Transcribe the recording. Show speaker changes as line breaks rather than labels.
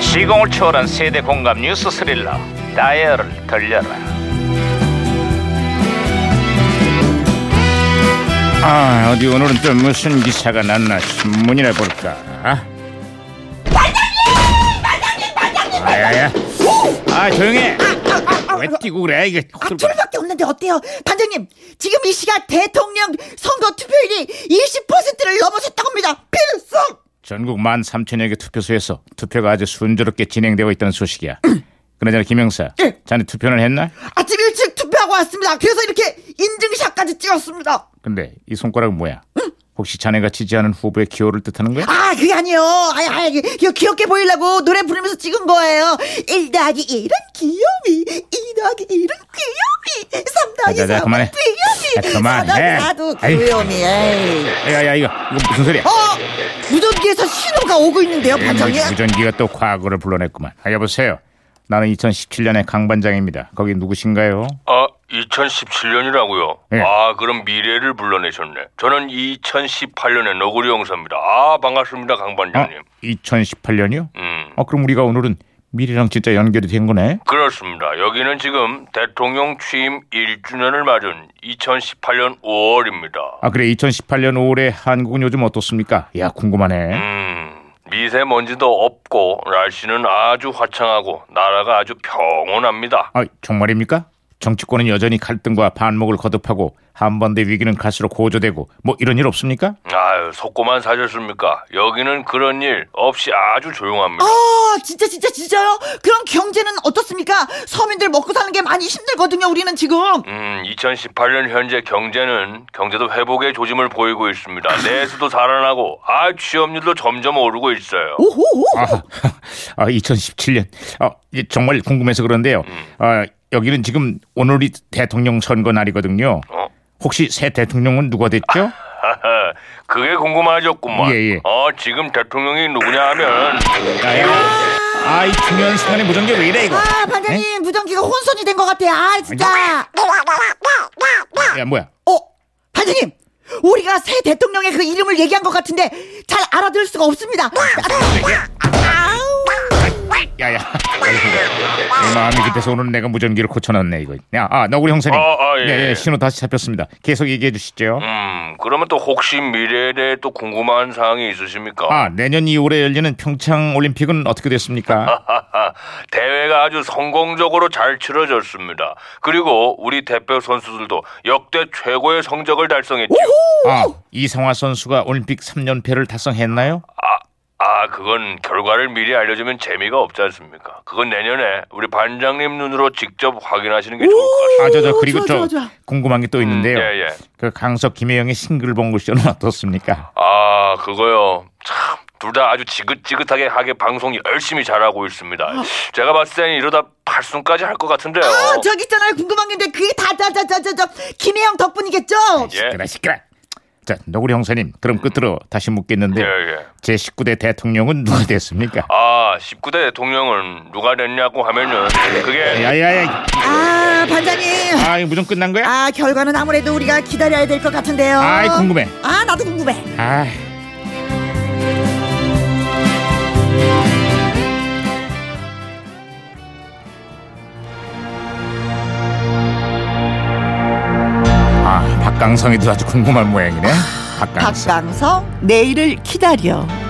시공을 초월한 세대 공감 뉴스 스릴러 다이얼을 돌려라 아 어디 오늘은 또 무슨 기사가 났나 신문이나 볼까 아? 반장님! 반장님! 반장님! 아야야 아 조용해 왜 뛰고 그래 이게 호들갑.
앞줄밖에 없는데 어때요? 반장님, 지금 이 시각 대통령 선거 투표율이 20%를 넘어섰다고 합니다. 필승!
전국 13,000여 개 투표소에서 투표가 아주 순조롭게 진행되고 있다는 소식이야 그나저나 김영사
예.
자네 투표는 했나?
아침 일찍 투표하고 왔습니다. 그래서 이렇게 인증샷까지 찍었습니다.
근데 이 손가락은 뭐야? 혹시 자네가 지지하는 후보의 기호를 뜻하는 거야?
아, 그게 아니에요. 아이, 아이, 이거 귀엽게 보이려고 노래 부르면서 찍은 거예요. 1 더하기 1은 귀요미, 2 더하기 1은 귀요미, 3 더하기
자, 자,
4은
그만해. 아,
귀요미, 4
그만해.
더하기 4도
아이.
귀요미. 에이.
야야 이거 이거 무슨 소리야?
어? 아, 무전기에서 신호가 오고 있는데요,
예,
반장님?
무- 무전기가 또 과거를 불러냈구만. 아, 여보세요. 나는 2017년의 강 반장입니다. 거기 누구신가요? 어?
아, 2017년이라고요?
예.
아, 그럼 미래를 불러내셨네. 저는 2018년의 너구리 형사입니다. 아, 반갑습니다, 강
어?
반장님.
2018년이요?
음,
어 그럼 우리가 오늘은 미래랑 진짜 연결이 된 거네.
그렇습니다. 여기는 지금 대통령 취임 1주년을 맞은 2018년 5월입니다.
아 그래 2018년 5월에 한국은 요즘 어떻습니까? 야 궁금하네.
음, 미세먼지도 없고 날씨는 아주 화창하고 나라가 아주 평온합니다.
아 정말입니까? 정치권은 여전히 갈등과 반목을 거듭하고 한반도 위기는 갈수록 고조되고 뭐 이런 일 없습니까?
아유, 속고만 사셨습니까? 여기는 그런 일 없이 아주 조용합니다.
아, 진짜, 진짜, 진짜요? 그럼 경제는 어떻습니까? 서민들 먹고 사는 게 많이 힘들거든요, 우리는 지금.
음, 2018년 현재 경제는 경제도 회복의 조짐을 보이고 있습니다. 내수도 살아나고 아 취업률도 점점 오르고 있어요.
오호호!
아, 아 2017년. 아, 이게 정말 궁금해서 그런데요.
음.
아, 여기는 지금 오늘이 대통령 선거 날이거든요.
어?
혹시 새 대통령은 누가 됐죠?
하하, 그게 궁금하셨구만.
예, 예.
어, 지금 대통령이 누구냐 하면
아, 이거. 아, 이 중요한 순간에 무전기 왜 이래 이거?
아,
네?
반장님, 무전기가 혼선이 된 것 같아요. 아, 진짜.
에? 야, 뭐야?
어, 반장님! 우리가 새 대통령의 그 이름을 얘기한 것 같은데 잘 알아들을 수가 없습니다.
야, 야. 아이고, 내 마음이 급해서 오늘 내가 무전기를 고쳐놨네 이거. 야, 아, 너구리 형사님.
아, 아, 예,
네,
예.
신호 다시 잡혔습니다. 계속 얘기해 주시죠.
음, 그러면 또 혹시 미래에 대해 또 궁금한 사항이 있으십니까?
아, 내년 2월에 열리는 평창 올림픽은 어떻게 됐습니까?
하하, 대회가 아주 성공적으로 잘 치러졌습니다. 그리고 우리 대표 선수들도 역대 최고의 성적을 달성했죠.
아, 이상화 선수가 올림픽 3연패를 달성했나요?
아, 아, 그건 결과를 미리 알려주면 재미가 없지 않습니까? 그건 내년에 우리 반장님 눈으로 직접 확인하시는 게 좋을 것
아, 저, 저,
오,
그리고
좋아,
저
좋아, 좋아.
궁금한 게 또 있는데요.
같습니다. 예, 예.
그 강석, 김혜영의 싱글벙글 쇼는 어떻습니까?
아, 그거요. 참, 둘 다 아주 지긋지긋하게 하게 방송 열심히 잘하고 있습니다. 제가 봤을 때는 이러다 발순까지 할 것 같은데요.
아, 저기 있잖아요. 궁금한 게 있는데 그게 다, 다, 다, 다, 다, 다, 김혜영 덕분이겠죠?
예,
시끄라, 시끄라. 자, 너구리 형사님, 그럼 끝으로 다시 묻겠는데
예, 예.
제 19대 대통령은 누가 됐습니까?
아, 19대 대통령은 누가 됐냐고 하면은 그게
야야야,
아, 반장님.
아 이거 무슨 끝난 거야?
아, 결과는 아무래도 우리가 기다려야 될 것 같은데요.
아이, 궁금해.
아, 나도 궁금해.
아, 아 박강성이도 아주 궁금한 모양이네. 박강성.
박강성 내일을 기다려.